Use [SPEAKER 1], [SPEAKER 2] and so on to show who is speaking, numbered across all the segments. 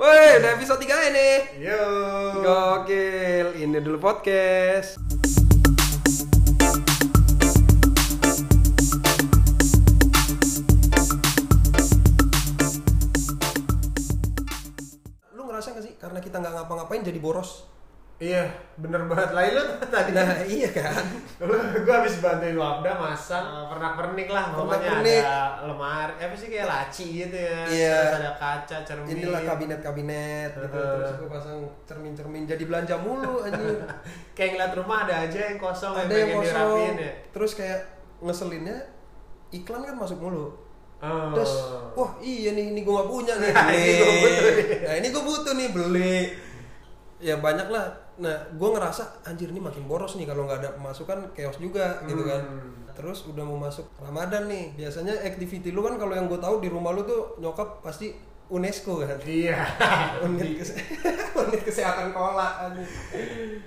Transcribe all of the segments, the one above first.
[SPEAKER 1] Woi, udah episode 3 ini.
[SPEAKER 2] Yo.
[SPEAKER 1] Gokil, ini dulu podcast. Lu ngerasa gak sih karena kita nggak ngapa-ngapain jadi boros?
[SPEAKER 2] Iya, bener banget lah lu tadi.
[SPEAKER 1] Nah, iya kan?
[SPEAKER 2] Lu gua habis bantuin lu Abda masang pernak-pernik lah,
[SPEAKER 1] Ah.
[SPEAKER 2] pokoknya
[SPEAKER 1] Oh, Pernak-pernik.
[SPEAKER 2] ada lemari, apa sih kayak laci gitu ya.
[SPEAKER 1] Iya.
[SPEAKER 2] Terus ada kaca, cermin.
[SPEAKER 1] Inilah kabinet-kabinet gitu.
[SPEAKER 2] Heeh.
[SPEAKER 1] Terus gue pasang cermin-cermin jadi belanja mulu anjing.
[SPEAKER 2] Kayak ngeliat rumah ada aja yang kosong
[SPEAKER 1] Ada
[SPEAKER 2] yang
[SPEAKER 1] yang
[SPEAKER 2] pengen
[SPEAKER 1] kosong.
[SPEAKER 2] dirapiin ya.
[SPEAKER 1] Terus kayak ngeselinnya iklan kan masuk mulu.
[SPEAKER 2] Oh.
[SPEAKER 1] Terus, wah iya nih, ini gue gak punya nih.
[SPEAKER 2] Nah, ini gua butuh nih.
[SPEAKER 1] Nah, ini gue butuh nih beli. Ya banyak lah. Nah, gue ngerasa anjir ini makin boros nih kalau nggak ada pemasukan chaos juga gitu kan.
[SPEAKER 2] Hmm.
[SPEAKER 1] Terus udah mau masuk Ramadan nih. Biasanya activity lu kan kalau yang gue tahu di rumah lu tuh nyokap pasti UNESCO kan.
[SPEAKER 2] Iya.
[SPEAKER 1] Unit, kese- unit kesehatan kolak anjing.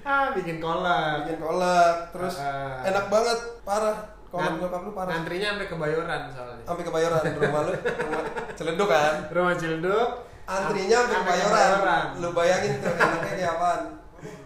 [SPEAKER 2] ah, bikin kolak.
[SPEAKER 1] Bikin kolak terus
[SPEAKER 2] Ah.
[SPEAKER 1] enak banget parah. Kolak
[SPEAKER 2] Ngan-
[SPEAKER 1] nyokap lu parah. Oh.
[SPEAKER 2] Ngantrinya sampai kebayoran soalnya.
[SPEAKER 1] Sampai kebayoran di rumah lu. Rumah celeduk kan.
[SPEAKER 2] Rumah Cilduk
[SPEAKER 1] antrinya
[SPEAKER 2] sampai
[SPEAKER 1] berbayoran
[SPEAKER 2] Kebayoran.
[SPEAKER 1] lu bayangin tuh enaknya kayak apaan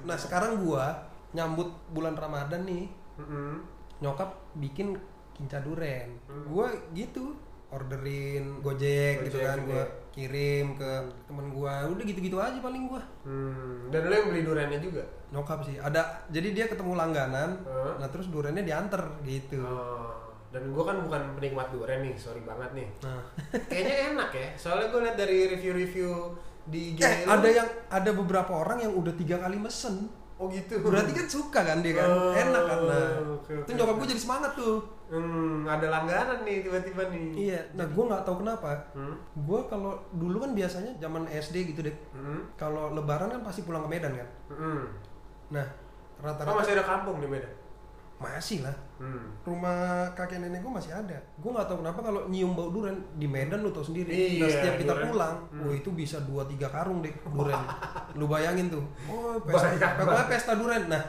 [SPEAKER 1] nah sekarang gua nyambut bulan ramadan nih
[SPEAKER 2] Mm-mm.
[SPEAKER 1] nyokap bikin kinca duren
[SPEAKER 2] Hmm.
[SPEAKER 1] gua gitu orderin gojek, gitu
[SPEAKER 2] Gojek
[SPEAKER 1] kan
[SPEAKER 2] gitu
[SPEAKER 1] gua
[SPEAKER 2] ya.
[SPEAKER 1] kirim ke temen gua udah gitu-gitu aja paling gua
[SPEAKER 2] Hmm. Dan lu yang beli duriannya juga?
[SPEAKER 1] nyokap sih ada jadi dia ketemu langganan
[SPEAKER 2] Heeh.
[SPEAKER 1] nah terus durennya diantar gitu
[SPEAKER 2] Oh, dan gue kan bukan penikmat durian nih, sorry banget nih.
[SPEAKER 1] nah
[SPEAKER 2] Kayaknya enak ya, soalnya gue liat dari review-review di IG
[SPEAKER 1] eh
[SPEAKER 2] lu.
[SPEAKER 1] ada yang ada beberapa orang yang udah tiga kali mesen
[SPEAKER 2] oh gitu.
[SPEAKER 1] berarti kan suka kan dia kan
[SPEAKER 2] Oh,
[SPEAKER 1] enak kan nah
[SPEAKER 2] oke, oke,
[SPEAKER 1] itu nyokap
[SPEAKER 2] oke.
[SPEAKER 1] gue jadi semangat tuh
[SPEAKER 2] Hmm, ada langganan nih tiba-tiba nih.
[SPEAKER 1] Iya, nah gue nggak tahu kenapa.
[SPEAKER 2] Hmm.
[SPEAKER 1] Gue kalau dulu kan biasanya zaman SD gitu deh.
[SPEAKER 2] Hmm.
[SPEAKER 1] Kalau Lebaran kan pasti pulang ke Medan kan.
[SPEAKER 2] Hmm.
[SPEAKER 1] Nah
[SPEAKER 2] Oh,
[SPEAKER 1] rata-rata
[SPEAKER 2] masih ada kampung di Medan.
[SPEAKER 1] masih lah.
[SPEAKER 2] Hmm.
[SPEAKER 1] Rumah kakek nenek gue masih ada. Gue nggak tahu kenapa kalau nyium bau duren di Medan lu tau sendiri.
[SPEAKER 2] Iya, Hmm.
[SPEAKER 1] nah setiap kita
[SPEAKER 2] duren.
[SPEAKER 1] pulang, wah itu bisa 2-3 karung deh duren. lu bayangin tuh. Oh pesta,
[SPEAKER 2] Banyak
[SPEAKER 1] pokoknya pesta duren. Nah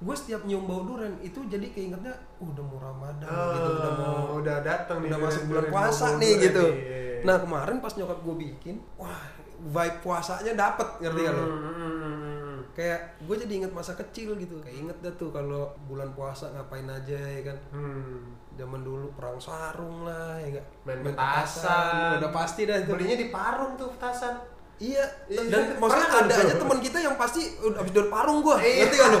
[SPEAKER 1] gue setiap nyium bau duren itu jadi keingetnya "Oh, udah mau Ramadan gitu udah mau
[SPEAKER 2] Oh, udah datang nih.
[SPEAKER 1] udah
[SPEAKER 2] durian-
[SPEAKER 1] masuk bulan
[SPEAKER 2] durian,
[SPEAKER 1] puasa
[SPEAKER 2] durian,
[SPEAKER 1] nih
[SPEAKER 2] durian
[SPEAKER 1] gitu.
[SPEAKER 2] nih, iya, iya.
[SPEAKER 1] Nah kemarin pas nyokap gue bikin, wah vibe puasanya dapet ngerti gak lo?
[SPEAKER 2] Hmm, hmm, hmm, hmm.
[SPEAKER 1] Kayak gue jadi inget masa kecil gitu, kayak inget dah tuh kalau bulan puasa ngapain aja ya kan?
[SPEAKER 2] Hmm.
[SPEAKER 1] Zaman dulu perang sarung lah ya nggak?
[SPEAKER 2] Main petasan.
[SPEAKER 1] petasan. Udah pasti dah itu.
[SPEAKER 2] Belinya di parung tuh petasan.
[SPEAKER 1] Iya,
[SPEAKER 2] Iya,
[SPEAKER 1] dan
[SPEAKER 2] iya.
[SPEAKER 1] maksudnya
[SPEAKER 2] Pernah
[SPEAKER 1] ada
[SPEAKER 2] tuh.
[SPEAKER 1] aja teman kita yang pasti udah abis dari parung gue,
[SPEAKER 2] Iya.
[SPEAKER 1] ngerti gak lo?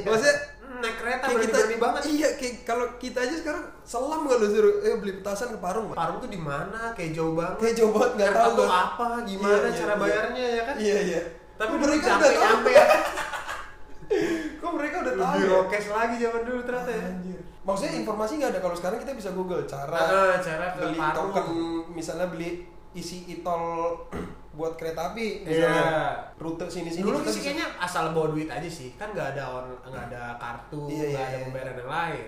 [SPEAKER 2] Iya.
[SPEAKER 1] Maksudnya
[SPEAKER 2] Hmm, Naik kereta
[SPEAKER 1] kayak kita
[SPEAKER 2] berani-berani banget.
[SPEAKER 1] iya kayak kalau kita aja sekarang selam gak lo suruh eh beli petasan ke parung Pak?"
[SPEAKER 2] Parung tuh di mana? Kayak jauh banget.
[SPEAKER 1] kayak jauh banget nggak tahu
[SPEAKER 2] Kereta tuh
[SPEAKER 1] gua.
[SPEAKER 2] apa? Gimana
[SPEAKER 1] Iya, iya,
[SPEAKER 2] cara
[SPEAKER 1] iya.
[SPEAKER 2] bayarnya ya kan?
[SPEAKER 1] Iya iya.
[SPEAKER 2] Tapi
[SPEAKER 1] Kok
[SPEAKER 2] dulu
[SPEAKER 1] mereka
[SPEAKER 2] nyampe
[SPEAKER 1] udah tahu.
[SPEAKER 2] nyampe ya.
[SPEAKER 1] Kok mereka udah tahu.
[SPEAKER 2] Lebih
[SPEAKER 1] ya?
[SPEAKER 2] rokes lagi zaman dulu ternyata ya.
[SPEAKER 1] Anjir. Maksudnya informasi nggak ada kalau sekarang kita bisa Google cara
[SPEAKER 2] Ah, cara ke
[SPEAKER 1] beli
[SPEAKER 2] Parung.
[SPEAKER 1] token, misalnya beli isi itol buat kereta api
[SPEAKER 2] Iya.
[SPEAKER 1] misalnya rute sini sini.
[SPEAKER 2] Dulu sih kayaknya asal bawa duit aja sih, kan nggak ada on, nggak ada kartu,
[SPEAKER 1] Iya,
[SPEAKER 2] nggak
[SPEAKER 1] iya,
[SPEAKER 2] ada
[SPEAKER 1] iya.
[SPEAKER 2] pembayaran yang lain.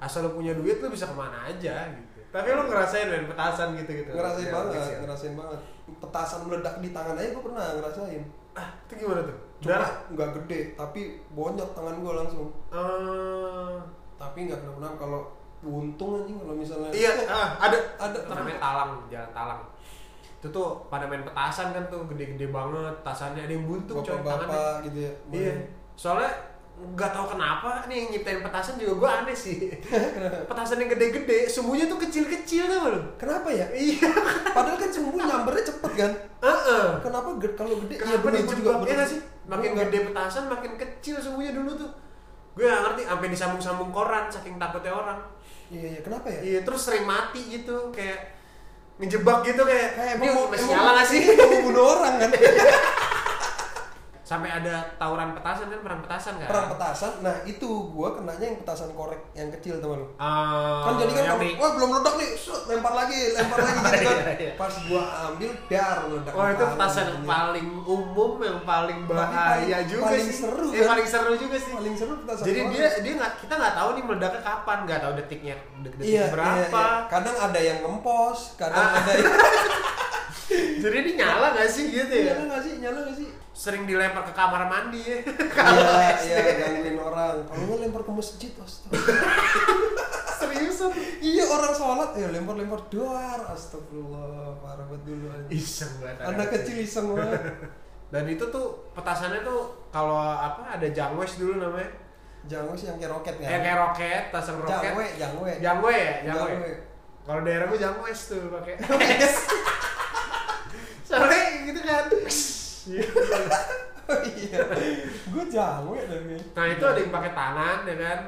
[SPEAKER 2] Asal lu punya duit lu bisa kemana aja gitu. Tapi lu ngerasain main petasan gitu gitu.
[SPEAKER 1] ngerasain
[SPEAKER 2] Ya,
[SPEAKER 1] banget,
[SPEAKER 2] rokes ya.
[SPEAKER 1] ngerasain banget. Petasan meledak di tangan aja gue pernah ngerasain.
[SPEAKER 2] Ah, itu gimana tuh?
[SPEAKER 1] Cuma
[SPEAKER 2] Darah.
[SPEAKER 1] nggak gede, tapi bonyok tangan gue langsung.
[SPEAKER 2] Eh,
[SPEAKER 1] Tapi nggak kenapa-napa kalau untung anjing kalau misalnya.
[SPEAKER 2] iya, ah, ada
[SPEAKER 1] Ada.
[SPEAKER 2] namanya talang, jalan talang. Itu tuh pada main petasan kan tuh gede-gede banget, tasannya ada yang buntung coy tangannya.
[SPEAKER 1] bapak-bapak gitu ya.
[SPEAKER 2] Iya. Soalnya nggak tahu kenapa nih yang nyiptain petasan juga gue aneh sih. petasan yang gede-gede, sumbunya tuh kecil-kecil tuh lu.
[SPEAKER 1] Kenapa ya?
[SPEAKER 2] Iya.
[SPEAKER 1] Padahal kan sumbu nyambernya cepet kan?
[SPEAKER 2] Heeh.
[SPEAKER 1] Kenapa gede kalau gede? Iya
[SPEAKER 2] Kenapa
[SPEAKER 1] bener,
[SPEAKER 2] dia
[SPEAKER 1] gua
[SPEAKER 2] juga
[SPEAKER 1] bener.
[SPEAKER 2] sih?
[SPEAKER 1] Gua
[SPEAKER 2] Makin
[SPEAKER 1] nggak-
[SPEAKER 2] gede petasan makin kecil sumbunya dulu tuh. Gue gak ngerti sampai disambung-sambung koran saking takutnya orang.
[SPEAKER 1] Iya iya kenapa ya?
[SPEAKER 2] Iya, terus sering mati gitu kayak ngejebak gitu kayak
[SPEAKER 1] Kayak
[SPEAKER 2] ini
[SPEAKER 1] emang-
[SPEAKER 2] masih
[SPEAKER 1] emang-
[SPEAKER 2] nyala gak sih?
[SPEAKER 1] Mau bunuh orang kan?
[SPEAKER 2] Sampai ada tawuran petasan kan perang petasan kan?
[SPEAKER 1] Perang petasan. Nah itu gua kenanya yang petasan korek yang kecil teman.
[SPEAKER 2] Ah,
[SPEAKER 1] Kan jadi kan
[SPEAKER 2] yang
[SPEAKER 1] kalau,
[SPEAKER 2] di-
[SPEAKER 1] wah belum meledak nih, set, lempar lagi, lempar lagi gitu kan.
[SPEAKER 2] Iya, iya.
[SPEAKER 1] Pas gua ambil dar meledak.
[SPEAKER 2] Wah itu
[SPEAKER 1] kepala
[SPEAKER 2] petasan yang
[SPEAKER 1] anjing.
[SPEAKER 2] paling umum, yang paling
[SPEAKER 1] Tapi
[SPEAKER 2] bahaya
[SPEAKER 1] paling-
[SPEAKER 2] juga
[SPEAKER 1] paling
[SPEAKER 2] sih.
[SPEAKER 1] seru,
[SPEAKER 2] Yang
[SPEAKER 1] kan?
[SPEAKER 2] paling seru juga sih.
[SPEAKER 1] paling seru petasan.
[SPEAKER 2] Jadi
[SPEAKER 1] korek.
[SPEAKER 2] dia dia nggak kita nggak tahu nih meledaknya kapan, nggak tahu detiknya detik detik
[SPEAKER 1] iya, iya,
[SPEAKER 2] berapa.
[SPEAKER 1] iya. Kadang ada yang ngempos, kadang
[SPEAKER 2] Ah.
[SPEAKER 1] ada yang
[SPEAKER 2] Jadi ini nyala nggak sih gitu ya?
[SPEAKER 1] nyala nggak sih, nyala nggak sih?
[SPEAKER 2] Sering dilempar ke kamar mandi ya.
[SPEAKER 1] Iya, iya, gangguin orang. Kalau nggak lempar ke masjid, astaga.
[SPEAKER 2] Seru seriusan
[SPEAKER 1] iya orang sholat ya lempar-lempar doar astagfirullah parah banget dulu aja
[SPEAKER 2] iseng banget
[SPEAKER 1] anak kecil iseng banget
[SPEAKER 2] dan itu tuh petasannya tuh kalau apa ada jangwes dulu namanya
[SPEAKER 1] jangwes yang kayak roket
[SPEAKER 2] ya
[SPEAKER 1] ya
[SPEAKER 2] kayak roket tasang roket
[SPEAKER 1] jangwe jangwe
[SPEAKER 2] jangwe ya jangwe
[SPEAKER 1] Jangwe.
[SPEAKER 2] kalau daerah gue jangwes tuh pakai soalnya gitu kan
[SPEAKER 1] Oh iya gue jangwe tapi
[SPEAKER 2] nah itu ada yang pakai tangan ya kan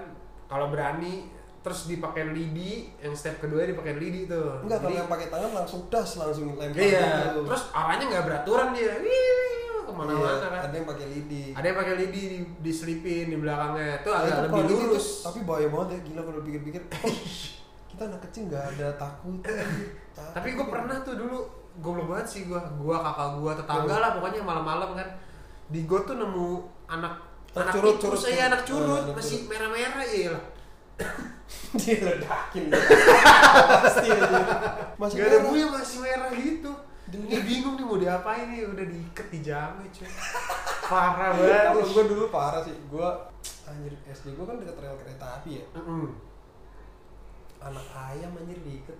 [SPEAKER 2] kalau berani terus dipakai lidi yang step kedua dipakai lidi tuh
[SPEAKER 1] enggak kalau
[SPEAKER 2] Jadi-
[SPEAKER 1] yang pakai tangan langsung das langsung lempar
[SPEAKER 2] Iya,
[SPEAKER 1] gitu.
[SPEAKER 2] terus arahnya nggak beraturan dia, Wih,
[SPEAKER 1] Iya,
[SPEAKER 2] kemana-mana kan.
[SPEAKER 1] ada yang pakai lidi
[SPEAKER 2] Ada yang pakai lidi di, diselipin di belakangnya, itu
[SPEAKER 1] Nah,
[SPEAKER 2] agak
[SPEAKER 1] itu
[SPEAKER 2] lebih
[SPEAKER 1] kalau lidi
[SPEAKER 2] lurus.
[SPEAKER 1] tuh- tapi bahaya banget ya gila kalau pikir-pikir Oh, kita anak kecil nggak ada takut
[SPEAKER 2] Tapi gue pernah tuh dulu goblok banget sih gue, gue kakak gue tetangga
[SPEAKER 1] Iya.
[SPEAKER 2] lah pokoknya malam-malam kan. Di gue tuh nemu anak
[SPEAKER 1] Anak
[SPEAKER 2] anak
[SPEAKER 1] curut,
[SPEAKER 2] tikus,
[SPEAKER 1] curut,
[SPEAKER 2] iya,
[SPEAKER 1] curut.
[SPEAKER 2] anak
[SPEAKER 1] Oh,
[SPEAKER 2] curut
[SPEAKER 1] anak
[SPEAKER 2] masih merah-merah ya.
[SPEAKER 1] diledakin pasti aja. masih
[SPEAKER 2] Gak ada
[SPEAKER 1] merah.
[SPEAKER 2] buaya masih merah gitu. Ini bingung nih mau diapain nih udah diikat di jamu cuy. Parah
[SPEAKER 1] Kalau
[SPEAKER 2] banget.
[SPEAKER 1] gue dulu parah sih, gue anjir SD gue kan deket rel kereta api ya,
[SPEAKER 2] Mm-mm.
[SPEAKER 1] anak ayam anjir diikat.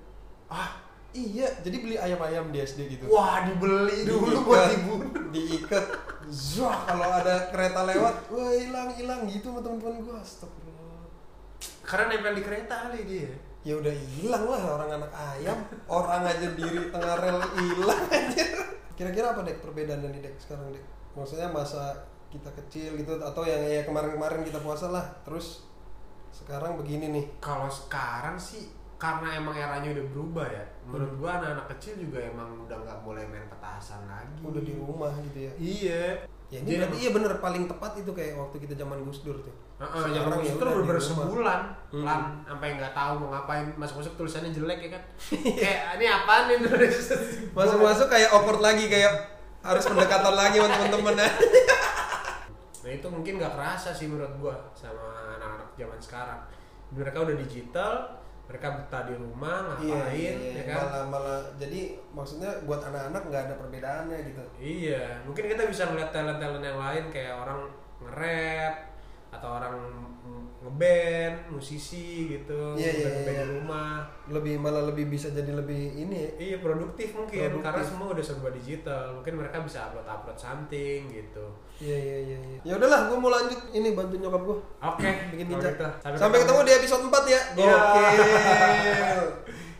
[SPEAKER 2] Ah,
[SPEAKER 1] Iya, jadi beli ayam-ayam di SD gitu.
[SPEAKER 2] wah dibeli dulu buat dibunuh.
[SPEAKER 1] diikat. Zah, kalau ada kereta lewat, wah hilang hilang gitu sama teman-teman gue. Astagfirullah.
[SPEAKER 2] Karena nempel di kereta kali dia.
[SPEAKER 1] Ya udah hilang lah orang anak ayam, orang aja diri tengah rel hilang anjir. Kira-kira apa dek perbedaannya nih dek sekarang dek? Maksudnya masa kita kecil gitu atau yang ya kemarin-kemarin kita puasa lah, terus sekarang begini nih.
[SPEAKER 2] Kalau sekarang sih karena emang eranya udah berubah ya.
[SPEAKER 1] Hmm.
[SPEAKER 2] Menurut gua anak-anak kecil juga emang udah nggak boleh main petasan lagi.
[SPEAKER 1] udah di rumah gitu ya.
[SPEAKER 2] Iya.
[SPEAKER 1] Ya ini
[SPEAKER 2] Jadi
[SPEAKER 1] berarti iya bener paling tepat itu kayak waktu kita zaman Gus Dur tuh.
[SPEAKER 2] Heeh, yang
[SPEAKER 1] Sekarang ya
[SPEAKER 2] itu
[SPEAKER 1] udah di
[SPEAKER 2] bener
[SPEAKER 1] rumah.
[SPEAKER 2] sebulan,
[SPEAKER 1] Hmm.
[SPEAKER 2] lan sampai nggak tahu mau ngapain masuk-masuk tulisannya jelek ya kan. Kayak ini apaan nih tulis?
[SPEAKER 1] Masuk-masuk kayak awkward lagi kayak harus pendekatan lagi sama teman-teman ya.
[SPEAKER 2] Nah itu mungkin nggak kerasa sih menurut gua sama anak-anak zaman sekarang. Mereka udah digital, mereka betah di
[SPEAKER 1] Iya,
[SPEAKER 2] rumah ngapain, ya kan?
[SPEAKER 1] malah malah jadi maksudnya buat anak-anak nggak ada perbedaannya gitu.
[SPEAKER 2] Iya, mungkin kita bisa ngeliat talent-talent yang lain kayak orang nge-rap atau orang ngeband, musisi gitu,
[SPEAKER 1] Iya, iya,
[SPEAKER 2] band-band
[SPEAKER 1] iya.
[SPEAKER 2] di rumah.
[SPEAKER 1] Lebih malah lebih bisa jadi lebih ini ya.
[SPEAKER 2] Iya, produktif mungkin
[SPEAKER 1] Produktif.
[SPEAKER 2] karena semua udah serba digital. Mungkin mereka bisa upload-upload something gitu.
[SPEAKER 1] Iya iya iya. iya. Ya udahlah, gue mau lanjut ini bantu nyokap gue
[SPEAKER 2] Oke,
[SPEAKER 1] bikin
[SPEAKER 2] kalau
[SPEAKER 1] pizza.
[SPEAKER 2] gitu.
[SPEAKER 1] Sampai, ketemu di episode 4 ya.
[SPEAKER 2] Iya.
[SPEAKER 1] Gokil.